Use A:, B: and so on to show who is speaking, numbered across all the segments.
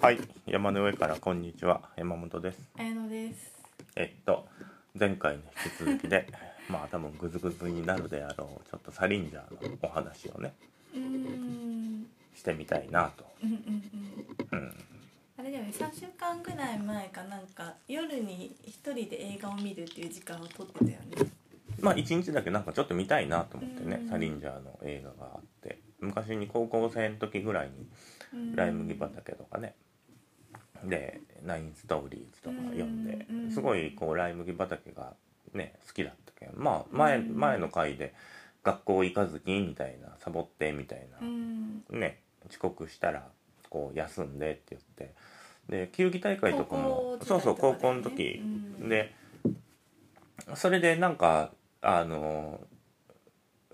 A: はい、山の上からこんにちは、山本です。
B: 綾乃です。
A: えっと、前回に引き続きで、 まあ多分グズグズになるであろう、ちょっとサリンジャーのお話をね、
B: うーん。
A: してみたいなと。
B: うんうんうん。
A: うん、
B: あれだよね、三週間ぐらい前かなんか夜に一人で映画を見るっていう時間を取ってたよね。
A: まあ一日だけなんかちょっと見たいなと思ってね
B: う、ん
A: サリンジャーの映画があって、昔に高校生の時ぐらいに、
B: うん
A: ライ麦畑とかね、で、ナインストーリーズとか読んで
B: うん、
A: すごいこう、ライ麦畑がね、好きだったけど、まあ前、
B: うん
A: 前の回で、学校行かずにみたいな、サボってみたいな
B: う、ん。
A: ね、遅刻したら、こう、休んでって言って、で、球技大会とかも、
B: 高校時代とかだよね
A: そうそう、高校の時
B: う、ん
A: で、それでなんか、あの、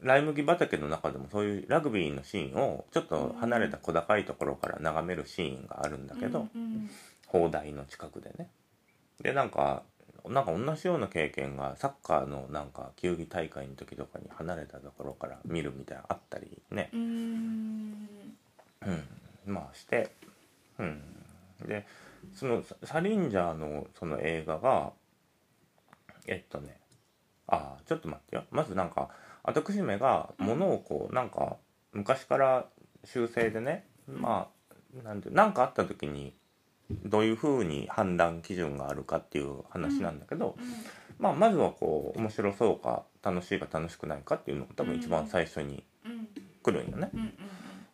A: ライ麦畑の中でもそういうラグビーのシーンをちょっと離れた小高いところから眺めるシーンがあるんだけど、
B: うん
A: 砲台の近くでねでなんかなんか同じような経験がサッカーのなんか球技大会の時とかに離れたところから見るみたいなのあったりね
B: うん。う、ーん。
A: うん、まあして、うん、でそのササリンジャーのその映画がえっとねあーちょっと待ってよまずなんか私めが物をこうなんか昔から修正でねまあなんてなんかあった時にどういうふうに判断基準があるかっていう話なんだけど、
B: うん
A: まあ、まずはこう面白そうか楽しいか楽しくないかっていうのが多分一番最初に
B: うん
A: 来るんよね。
B: うん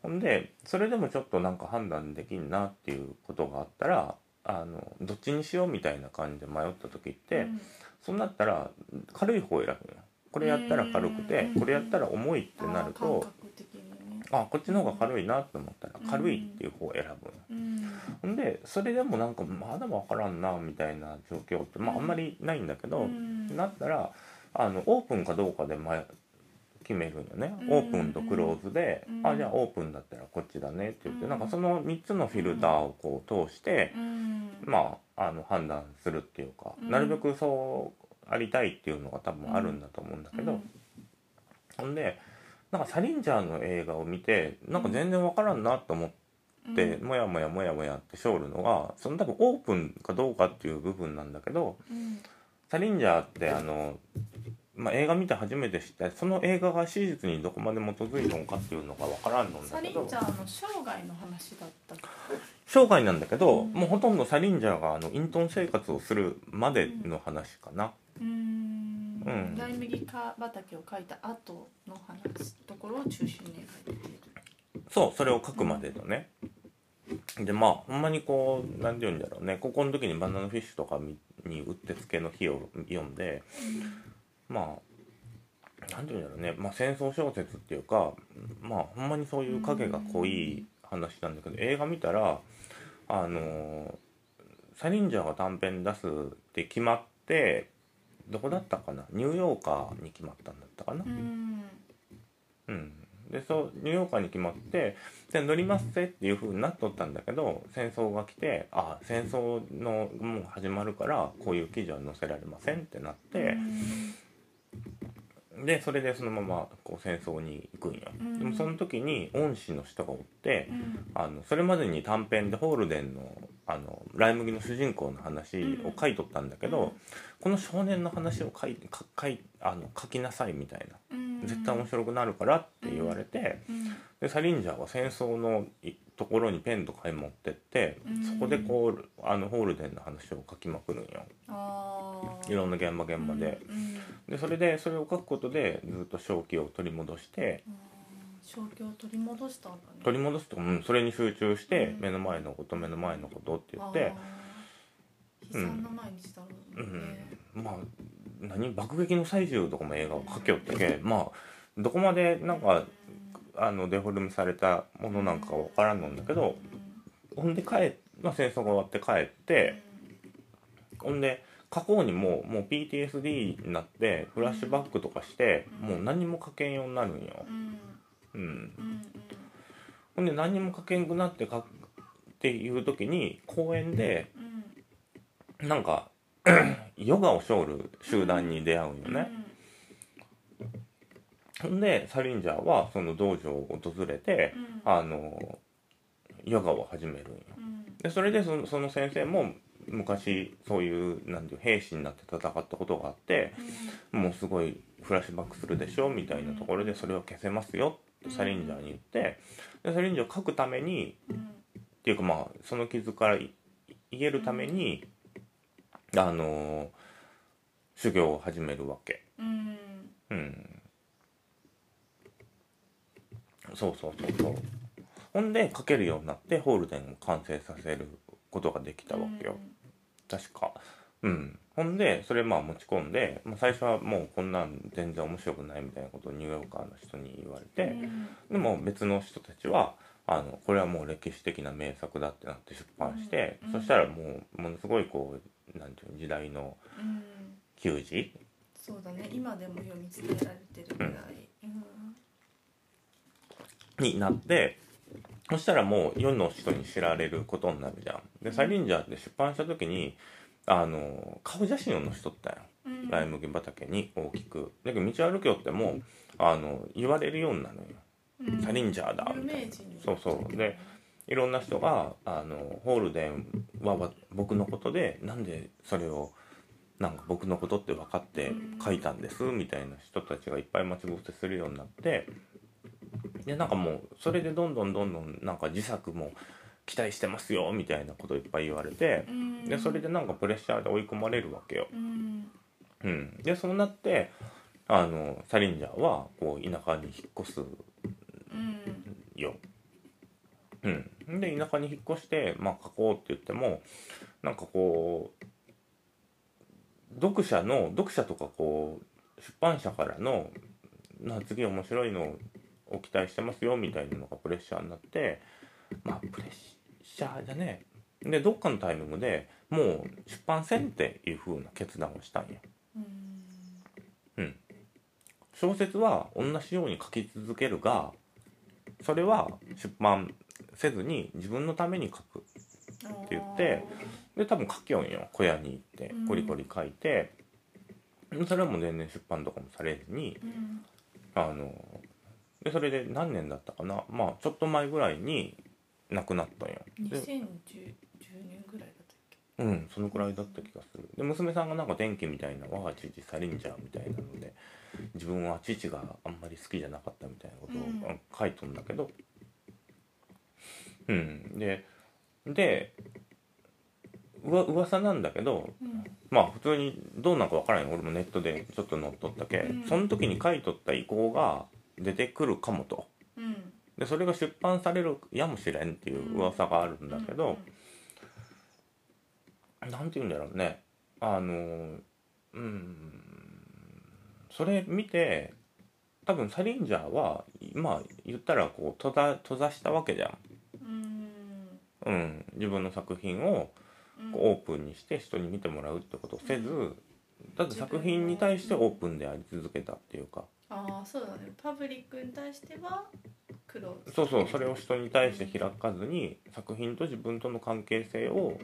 A: ほんでそれでもちょっとなんか判断できんなっていうことがあったらあのどっちにしようみたいな感じで迷った時って、
B: うん
A: そうなったら軽い方を選ぶのよこれやったら軽くて
B: うん
A: これやったら重いってなる
B: あー感
A: と
B: 覚的にね。
A: あこっちの方が軽いなと思ったら
B: うん
A: 軽いっていう方を選ぶのよ
B: うん。
A: ほんでそれでもなんかまだ分からんなみたいな状況ってまああんまりないんだけど、
B: うん
A: なったらあのオープンかどうかで前決めるんよね
B: うん
A: オープンとクローズで、
B: うん
A: あじゃあオープンだったらこっちだねって言って、
B: うん
A: なんかその3つのフィルターをこう通して、
B: うん。
A: まああの判断するっていうか、
B: うん
A: なるべくそうありたいっていうのが多分あるんだと思うんだけど、ほんでなんかサリンジャーの映画を見てなんか全然わからんなと思って、
B: うん。
A: もやもやもやもやってしょるのがその多分オープンかどうかっていう部分なんだけど、
B: うん
A: サリンジャーってあの、まあ、映画見て初めて知ってその映画が史実にどこまで基づいたのかっていうのが分からんのん
B: サ
A: だけ
B: リン
A: ど
B: ジャーの生涯の話だったっけ。
A: 生涯なんだけど、
B: うん
A: もうほとんどサリンジャーがあの隠遁生活をするまでの話かな、
B: うーん
A: うん
B: ライ麦か畑を描いた後の話ところを中心に描いている。
A: そうそれを書くまでのね、でまあほんまにこう何て言うんだろうねここの時に「バナナフィッシュ」とかににうってつけの日を読んでまあ何て言うんだろうね、まあ、戦争小説っていうかまあほんまにそういう影が濃い話なんだけど映画見たらあのーサリンジャーが短編出すって決まってどこだったかなニューヨーカーに決まったんだったかな
B: う。ん。
A: うん、でそうニューヨーカーに決まってで乗りますぜっていう風になっとったんだけど戦争が来てあ戦争のもう始まるからこういう記事は載せられませんってなって。でそれでそのままこう戦争に行くんよ、
B: うん
A: でもその時に恩師の人がおって
B: うん
A: あのそれまでに短編でホールデンのあのライ麦の主人公の話を書いとったんだけど、
B: うん
A: この少年の話を書いか書いあの書きなさいみたいな
B: うん
A: 絶対面白くなるからって言われて、
B: うん
A: でサリンジャーは戦争のいところにペンと買い持ってって、
B: うん
A: そこでこうあのホールデンの話を書きまくるんよ
B: あー
A: いろんな現場現場で。
B: うん
A: でそれでそれを書くことでずっと正気を取り戻して
B: あー正気を取り戻したんだね。
A: 取り戻すと、うん、それに集中して
B: うん
A: 目の前のこと目の前のことって言っ
B: あ
A: て、
B: ー。悲惨な毎日だろ
A: う
B: うね。
A: ん、まあ何爆撃の最中とかも映画を書きよってけまあどこまでなんかあのデフォルメされたものなんかわからんのんだけどほんで帰まあ、戦争が終わって帰ってほんで過去にももう PTSD になってフラッシュバックとかしてもう何も書けんようになるんよ
B: う。ん
A: うん
B: うんうん
A: ほんで何にも書けんくなって書くっていう時に公園で
B: うん
A: なんか ヨガをしょる集団に出会うんよ
B: うん
A: ね。ほんでサリンジャーはその道場を訪れて
B: うん
A: あのヨガを始めるんよ。
B: うん
A: でそれでそのその先生も昔そういうなんていう兵士になって戦ったことがあってもうすごいフラッシュバックするでしょみたいなところでそれを消せますよってサリンジャーに言ってでサリンジャーを書くためにっていうかまあその傷からい言えるためにあのー修行を始めるわけ。
B: うん
A: うんそうそうそうそうほんで書けるようになってホールデンを完成させることができたわけよ、確かうんほんでそれまあ持ち込んで、まあ、最初はもうこんなん全然面白くないみたいなことをニューヨーカーの人に言われ
B: う
A: て、
B: ん
A: でも別の人たちはあのこれはもう歴史的な名作だってなって出版して、
B: うん
A: そしたらもうものすごいこうなんていうの時代の
B: うん
A: 球児
B: そうだね今でも読み伝えられてるぐらい、うん
A: になってそしたらもう世の人に知られることになるじゃん。で「サイリンジャー」って出版した時にあの顔写真を載しとったよ
B: うん、
A: ライ麦畑に大きく。だけど道歩きよってもあの言われるようになるのよ。
B: うん
A: サイリンジャーだ
B: 有
A: みたい
B: 名
A: な。
B: 人
A: そうそうでいろんな人があのホールデンはわ僕のことでなんでそれをなんか僕のことって分かって書いたんですみたいな人たちがいっぱい待ち伏せするようになってでなんかもうそれでどんどんどんどんなんか自作も期待してますよみたいなこといっぱい言われて
B: うん
A: でそれでなんかプレッシャーで追い込まれるわけよ。
B: うん
A: うん、でそうなってあのサリンジャーはこう田舎に引っ越す
B: うん
A: よ。うん、で田舎に引っ越して、まあ、書こうって言ってもなんかこう読者の読者とかこう出版社からの「な次面白いのを期待してますよ」みたいなのがプレッシャーになってまあプレッシャーじゃねでどっかのタイミングでもう出版せんっていう風な決断をしたんよ。
B: うん
A: 小説は同じように書き続けるがそれは出版せずに自分のために書く
B: って
A: 言ってで多分書きよんよ小屋に行って
B: うん
A: コリコリ書いて、それはもう全然出版とかもされずに
B: うん
A: あのでそれで何年だったかなまあちょっと前ぐらいに亡くなったんよ
B: 2010
A: で
B: 年ぐらいだったっけ
A: うんそのくらいだった気がするで娘さんがなんか電気みたいな「我が父サリンジャー」みたいなので自分は父があんまり好きじゃなかったみたいなことを
B: うん
A: うん書いとんだけどうんででうわ噂なんだけど
B: うん
A: まあ普通にどうなんかわからんよ俺もネットでちょっと載っとったけ、
B: うん
A: その時に書いとった意向が出てくるかもと
B: うん
A: でそれが出版されるやもしれんっていう噂があるんだけど、なんて言うんだろうねあのうんそれ見て多分サリンジャーはまあ言ったらこう閉ざ閉ざしたわけじゃん、
B: う
A: う
B: ん
A: ん、自分の作品を
B: うん
A: こうオープンにして人に見てもらうってことをせず、ただ作品に対してオープンであり続けたっていうか
B: ああそうだねパブリックに対しては黒
A: そうそうそれを人に対して開かずに作品と自分との関係性を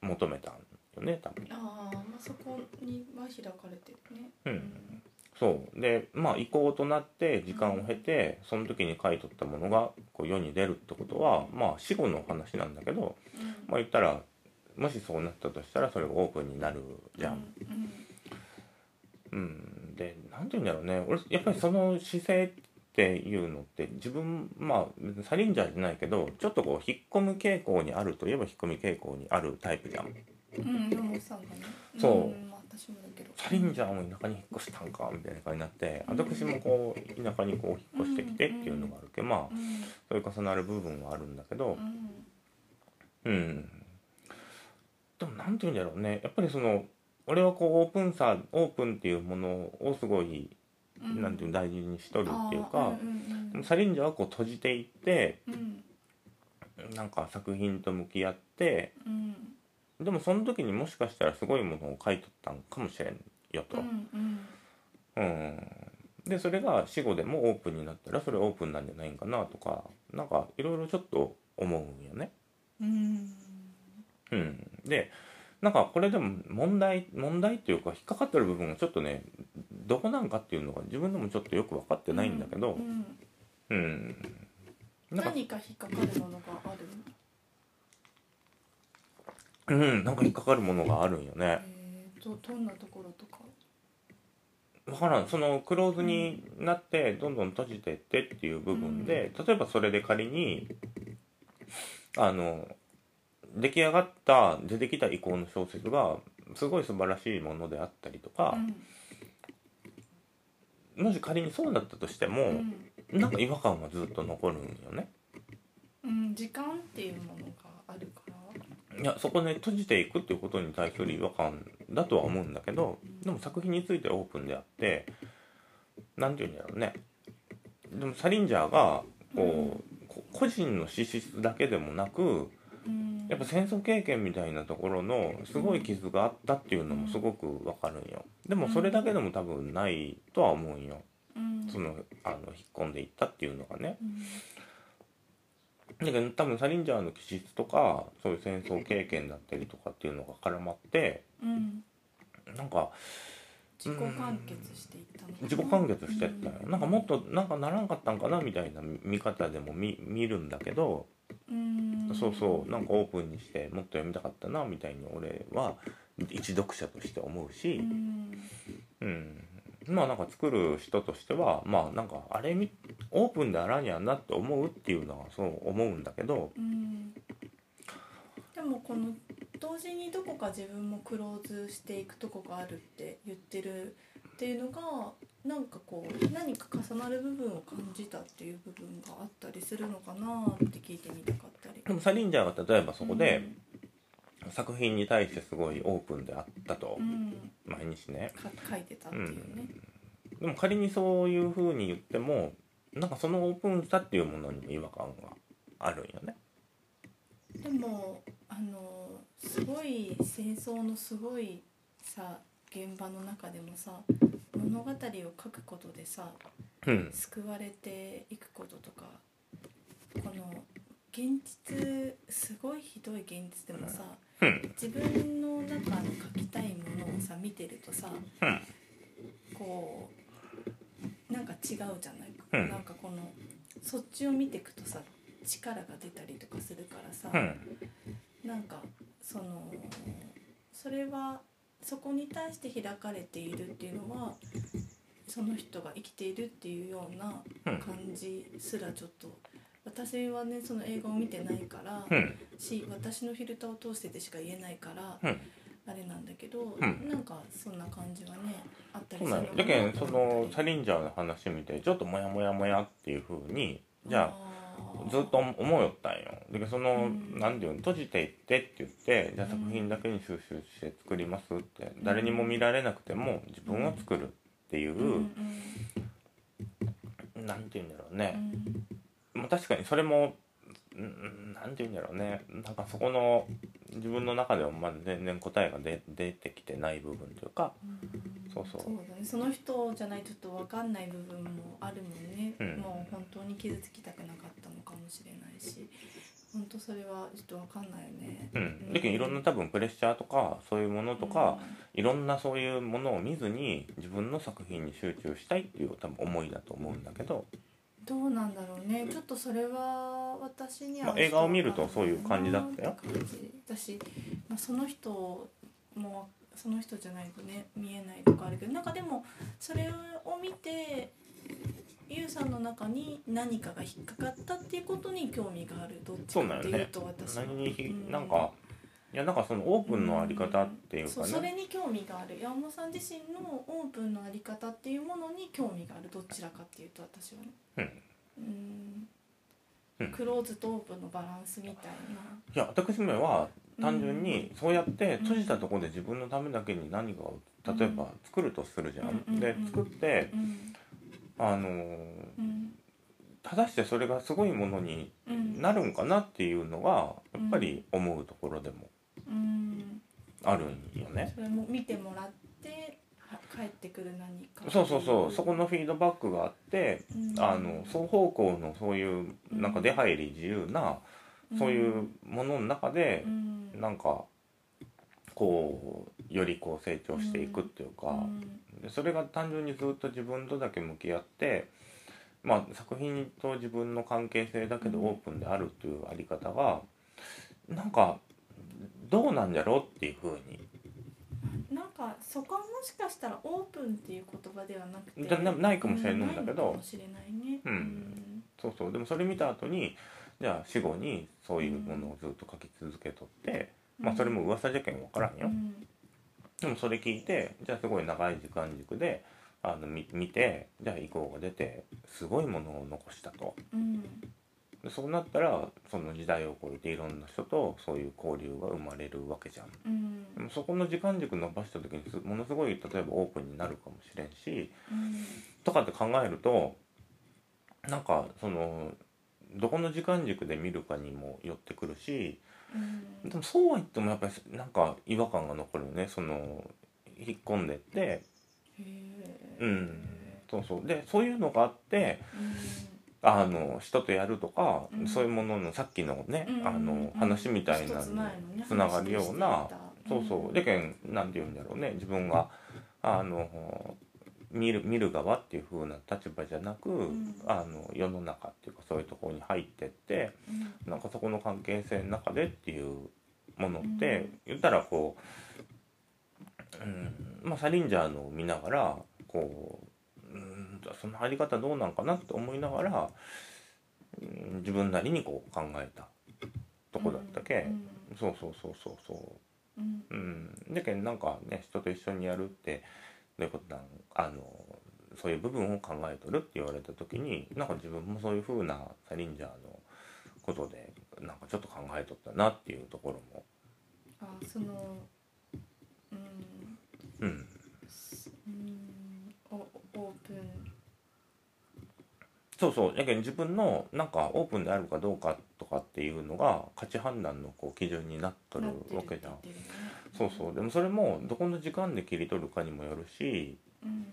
A: 求めたんよね多分。
B: ああまあそこには開かれてるね
A: うんそうでまあ移行となって時間を経てその時に書いとったものがこう世に出るってことはまあ死後の話なんだけど
B: うん
A: まあ言ったらもしそうなったとしたらそれがオープンになるじゃん。
B: うん
A: うん、で何て言うんだろうね俺やっぱりその姿勢っていうのって自分まあ別にサリンジャーじゃないけどちょっとこう引っ込む傾向にあるといえば引っ込み傾向にあるタイプじゃん。
B: うんロボさんがね
A: そうん
B: まあ私もだけど
A: サリンジャーも田舎に引っ越したんかみたいな感じになって私もこう田舎にこう引っ越してきてっていうのがあるけどまあ
B: うん
A: そういう重なる部分はあるんだけど
B: う、ん
A: うん。でも、なんて言うんだろうね。やっぱりその、俺はこう、オープンさ、オープンっていうものをすごい、
B: うん
A: なんていうの大事にしとるっていう
B: あ
A: か
B: ー、うん
A: でもサリンジャーはこう閉じていって、
B: うんうん
A: なんか作品と向き合って、
B: うん
A: でもその時にもしかしたらすごいものを書いとったんかもしれんよと。
B: うんう
A: う
B: ん
A: ん。で、それが死後でもオープンになったら、それオープンなんじゃないんかなとか、なんかいろいろちょっと思うんよね。
B: うん
A: うん、でなんかこれでも問題問題っていうか引っかかってる部分がちょっとねどこなんかっていうのが自分でもちょっとよく分かってないんだけど
B: う、ん
A: うんなんか
B: 何か引っかかるものがある
A: うんなんか引っかかるものがあるんよね
B: えー、どどんなところとか
A: 分からんそのクローズになってどんどん閉じてってっていう部分で、例えばそれで仮にあの出来上がった出てきた以降の小説がすごい素晴らしいものであったりとか
B: う、ん
A: もし仮にそうだったとして
B: う
A: も、
B: ん
A: なんか違和感はずっと残るんよね。
B: うん、時間っていうものがあるから
A: いやそこで閉じていくっていうことに対する違和感だとは思うんだけどでも作品についてはオープンであって何て言うんだろうねでもサリンジャーがこう、こ個人の資質だけでもなく
B: うん
A: やっぱ戦争経験みたいなところのすごい傷があったっていうのもすごくわかるんよでもそれだけでも多分ないとは思うんよ
B: うん
A: そのあの引っ込んでいったっていうのがね
B: うん
A: だけど多分サリンジャーの気質とかそういう戦争経験だったりとかっていうのが絡まって
B: うん、
A: なんか
B: 自己完結していったのかな
A: 自己完結してったよ、
B: うん
A: なんかもっとなんかならんかったんかなみたいな見方でも見見るんだけど、
B: うん
A: そうそうなんかオープンにしてもっと読みたかったなみたいに俺は一読者として思う
B: う
A: し、
B: ん
A: うんまあなんか作る人としてはまあなんかあれみオープンであらにゃなって思うっていうのはそう思うんだけど
B: うんでもこの同時にどこか自分もクローズしていくとこがあるって言ってるっていうのがなんかこう何か重なる部分を感じたっていう部分があったりするのかなって聞いてみたかったり。
A: でもサリンジャーが例えばそこで作品に対してすごいオープンであったと
B: うん、うん
A: 毎日ね
B: か書いてたっていうね。
A: でも仮にそういう風に言ってもなんかそのオープンさっていうものにも違和感があるんよね。
B: でもあのすごい戦争のすごいさ現場の中でもさ物語を書くことでさ
A: うん、
B: 救われていくこととかこの現実すごいひどい現実でもさ
A: うん、
B: 自分の中の書きたいものをさ見てるとさ
A: うん
B: こうなんか違うじゃないか、
A: うん
B: なんかこのそっちを見ていくとさ力が出たりとかするからさ、
A: うん、
B: なんかそのそれはそこに対して開かれているっていうのはその人が生きているっていうような
A: うん
B: 感じすらちょっと私はねその映画を見てないから
A: うん、
B: し私のフィルターを通してでしか言えないから
A: うん
B: あれなんだけど
A: ん
B: なんかそんな感じはねあった
A: そ
B: り
A: う
B: す
A: な
B: る
A: んよ
B: か
A: だけ
B: なん
A: そのサリンジャーの話見てちょっとモヤモヤモヤっていう風にじゃあ
B: ー
A: ずっと思うよったんよ。だけどその
B: うん
A: 何て言うの閉じていってって言ってじゃあ
B: うん
A: 作品だけに収集して作りますって誰にも見られなくても自分は作るってい
B: うんうん
A: う何て言うんだろうね。
B: うん
A: まあ、確かにそれもうんうんなんて言うんだろうねなんかそこの自分の中ではまだ全然答えが出出てきてない部分というかそうそう
B: そうだねその人じゃないとちょっと分かんない部分もあるもんね、
A: うん
B: もう本当に傷つきたくなかったのかもしれないし本当それはちょっと分かんないよね。
A: うん、だけどいろんな多分プレッシャーとかそういうものとか、いろんなそういうものを見ずに自分の作品に集中したいっていう多分思いだと思うんだけど、
B: うんどうなんだろうねちょっとそれは私には、
A: まあ映画を見るとそういう感じだったよ
B: って感じだし、まあ、その人もその人じゃないとね見えないとかあるけどなんかでもそれを見てゆうさんの中に何かが引っかかったっていうことに興味があるどっちかっていうと私は
A: 何にひ
B: うん
A: なんかいやなんかそのオープンのあり方っていう
B: そ
A: か
B: うそれ
A: ね、
B: に興味がある山本さん自身のオープンのあり方っていうものに興味があるどちらかっていうと私はね
A: うん
B: うん
A: うん
B: クローズとオープンのバランスみたい
A: いや私めは
B: な
A: 単純にそうやって閉じたところで自分のためだけに何かを例えば作るとするじゃん。
B: うん
A: で
B: うん
A: 作って、
B: うん
A: あのー
B: うん
A: 果たしてそれがすごいものに
B: うん
A: なるんかなっていうのがやっぱり思うところでも
B: うん
A: あるんよね。
B: それも見てもらっては帰ってくる何か
A: そうそうそうそこのフィードバックがあって
B: うん
A: あの双方向のそういうなんか出入り自由なそういうものの中で
B: うん
A: なんかこうよりこう成長していくっていうか。
B: うん
A: でそれが単純にずっと自分とだけ向き合って、まあ、作品と自分の関係性だけど
B: うん
A: オープンであるというあり方がなんかどうなんじゃろうっていうふうに
B: なんかそこはもしかしたらオープンっていう言葉ではなくて
A: じゃなないかもしれないんだけど
B: うないのかもしれないね
A: うんそうそうでもそれ見た後にじゃあ死後にそういうものをずっと書き続けとって、まあそれも噂じゃけんわからんよ、
B: うん
A: でもそれ聞いてじゃあすごい長い時間軸であのみ見てじゃあ以降が出てすごいものを残したと
B: うん
A: でそうなったらその時代を超えていろんな人とそういう交流が生まれるわけじゃん
B: うん
A: でもそこの時間軸伸ばした時にすものすごい例えばオープンになるかもしれんし
B: うん
A: とかって考えるとなんかそのどこの時間軸で見るかにもよってくるし
B: うん
A: でもそうは言ってもやっぱりなんか違和感が残るよねその引っ込んでって
B: へえ
A: うんそうそうでそういうのがあって
B: う
A: あの人とやるとか、
B: うん
A: そういうもののさっきのね、
B: ん
A: あの話みたいな
B: 一つ前のね
A: つながるような
B: 話としていた
A: そうそうでけんなんて言うんだろうね自分があの見る見る側っていう風な立場じゃなく、
B: ん
A: あの世の中っていうかそういうところに入ってって
B: うん
A: なんかそこの関係性の中でっていうものって、言ったらこう、うんまあ、サリンジャーのを見ながらこう、うん、その入り方どうなんかなって思いながら、うん、自分なりにこう考えたとこだったけ、
B: うん
A: そうそうそうそうそう
B: うん
A: うん、だけどなんかね人と一緒にやるってどういうことなんあのそういう部分を考えとるって言われた時になんか自分もそういう風なサリンジャーのことでなんかちょっと考えとったなっていうところも、
B: あそのうん
A: うん、
B: うんおオープン
A: そうそうだけど自分のなんかオープンであるかどうかとかっていうのが価値判断のこう基準になっとる
B: なって
A: わ
B: る
A: け
B: って
A: じゃ
B: 言
A: ん
B: っ。てるよね
A: そうそうでもそれもどこの時間で切り取るかにもよるし
B: うん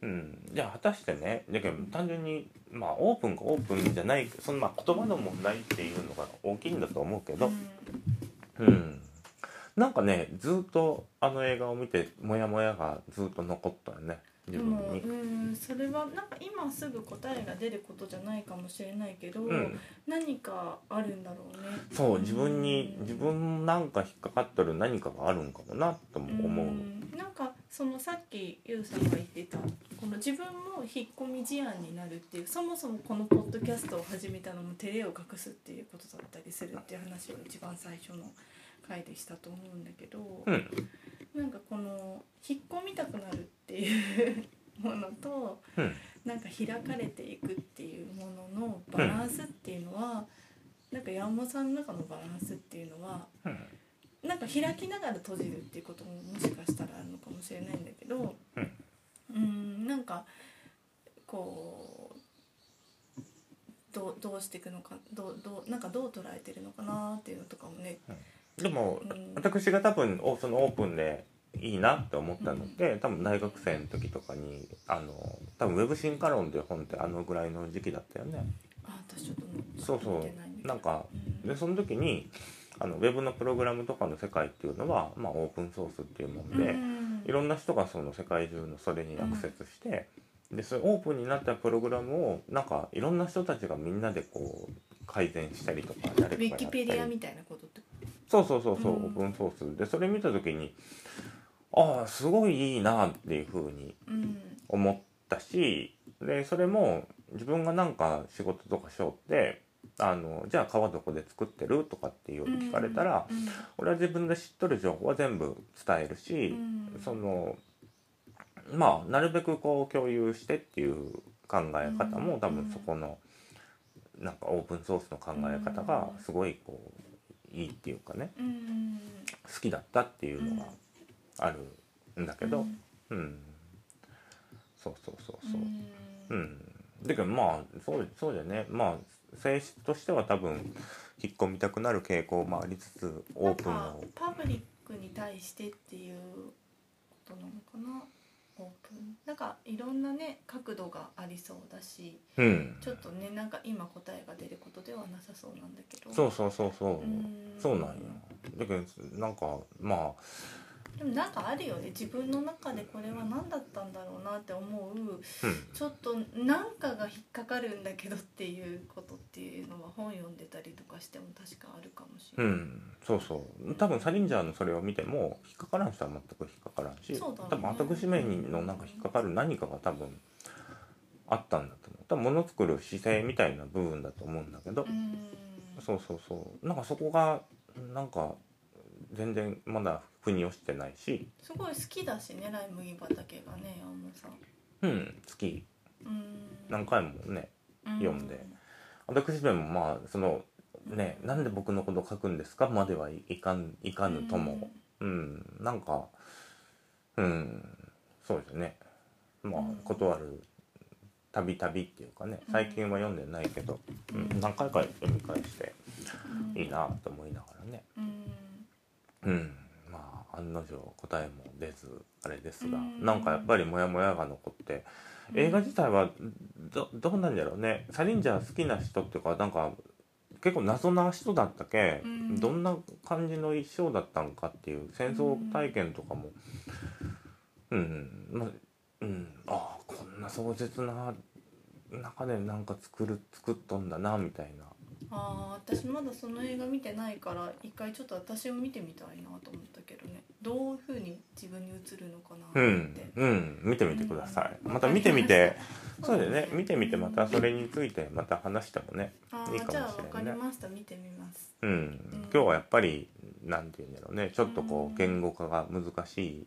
A: うん、じゃあ果たしてねだけど単純に、まあ、オープンかオープンじゃないそのまあ言葉の問題っていうのが大きいんだと思うけ
B: う
A: ど、
B: ん
A: うん、なんかねずっとあの映画を見てモヤモヤがずっと残ったよね
B: で
A: 自分
B: もう
A: に。
B: んそれはなんか今すぐ答えが出ることじゃないかもしれないけど、
A: うん、
B: 何かあるんだろうね
A: そう自分に自分なんか引っかかってる何かがあるんかもなとも思う、
B: んなんかそのさっきゆうさんが言ってたこの自分も引っ込み思案になるっていうそもそもこのポッドキャストを始めたのも照れを隠すっていうことだったりするっていう話を一番最初の回でしたと思うんだけど、
A: うん
B: なんかこの引っ込みたくなるっていうものと、
A: うん
B: なんか開かれていくっていうもののバランスっていうのは、なんかヤンモさんの中のバランスっていうのは
A: うん
B: なんか開きながら閉じるっていうことももしかしたらあるのかもしれないんだけど
A: うん
B: うんなんかこうどうどうしていくのかどうどうなんかどう捉えてるのかなっていうのとかもね。
A: でも
B: うん
A: 私が多分おそのオープンでいいなって思ったのって、多分大学生の時とかにあの多分ウェブ進化論っていう本ってあのぐらいの時期だったよね。
B: あ私ちょっとも
A: そうそう
B: 見てないんだけど
A: なんか
B: うん
A: でその時にあのウェブのプログラムとかの世界っていうのは、まあ、オープンソースっていうもんで、
B: うん
A: いろんな人がその世界中のそれにアクセスして、でそれオープンになったプログラムをなんかいろんな人たちがみんなでこう改善したりとか誰かがや
B: ウィ
A: った
B: キ
A: り
B: ペディアみたいなことって
A: そうそうそうそう、
B: うん
A: オープンソースでそれ見た時にああすごいいいなっていうふうに
B: うん
A: 思ったしでそれも自分がなんか仕事とかしようってあのじゃあ川どこで作ってるとかっていう聞かれたら、俺は自分で知っとる情報は全部伝える
B: う
A: し、
B: んうん
A: そのまあなるべくこう共有してっていう考え方も
B: うん
A: 多分そこのなんかオープンソースの考え方がすごいこういいっていうかね
B: うん
A: 好きだったっていうのがあるんだけど
B: ん
A: うんそうそうそうそう
B: う
A: うんんだけどまあそうそうじゃねまあ性質としては多分引っ込みたくなる傾向もありつつオープン
B: なん
A: を
B: かパブリックに対してっていうことなのかなオープンなんかいろんなね角度がありそうだし
A: うん
B: ちょっとねなんか今答えが出ることではなさそうなんだけど
A: そうそうそうそう
B: うん
A: そうなんやだけどなんかまあ
B: でもなんかあるよね自分の中でこれは何だったんだろうなって思う
A: うん
B: ちょっとなんかが引っかかるんだけどっていうことっていうのは本読んでたりとかしても確かあるかもし
A: う
B: れない、
A: ん、そうそう多分サリンジャーのそれを見ても引っかからん人は全く引っかからんし、
B: そうだろうね
A: 多分私めのなんか引っかかる何かが多分あったんだと思う多分もの作る姿勢みたいな部分だと思うんだけど、
B: うん
A: そうそうそうなんかそこがなんか全然まだ腑に落ちてないし、
B: すごい好きだしねライ麦畑がね山本さん
A: うん、月
B: うん
A: 何回もね読んで私めもまあそのねなんで僕のこと書くんですかまではいいかんいかぬとも。うん、なんか、うん、そうですね。まあ
B: うん、
A: 断る、たびたびっていうかね、
B: うん
A: 最近は読んでないけど、
B: う
A: うんん、何回か読み返して、
B: うん
A: いいなと思いながらね。
B: うん
A: うん、まあ、案の定答えも出ず、あれですが
B: う、ん
A: なんかやっぱりモヤモヤが残って、映画自体はど、どうなんだろうね、サリンジャー好きな人っていうか、なんか、結構謎な人だったけ、
B: うん
A: どんな感じの一生だったんかっていう戦争体験とかもうん、まあうん、ああこんな壮絶な中でなんか作る作っとんだなみたいな
B: あー私まだその映画見てないから一回ちょっと私を見てみたいなと思ったけどねどういうふうに自分に映るのかなって、
A: うん、うん、見てみてください、また見てみ
B: わか
A: て
B: り
A: そうだよね見てみてまたそれについてまた話してもね
B: あ
A: いい
B: ー
A: かも
B: じゃあ
A: しれ
B: わ
A: ない
B: かりました見てみます
A: うん、今日はやっぱりなんて言うんだろうねちょっとこ
B: うん
A: う言語化が難しい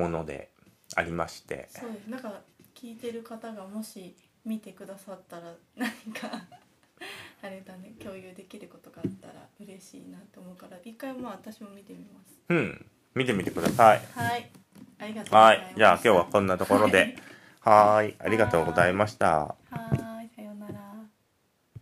A: ものでありまして
B: そうですなんか聞いてる方がもし見てくださったら何か あれだね共有できることがあったら嬉しいなと思うから一回まあ私も見てみま
A: うん見てみてください
B: すはいありがとうご
A: は
B: ざい
A: い
B: ます。
A: じゃあ今日はこんなところで。はーい。ありがとうございました。
B: はい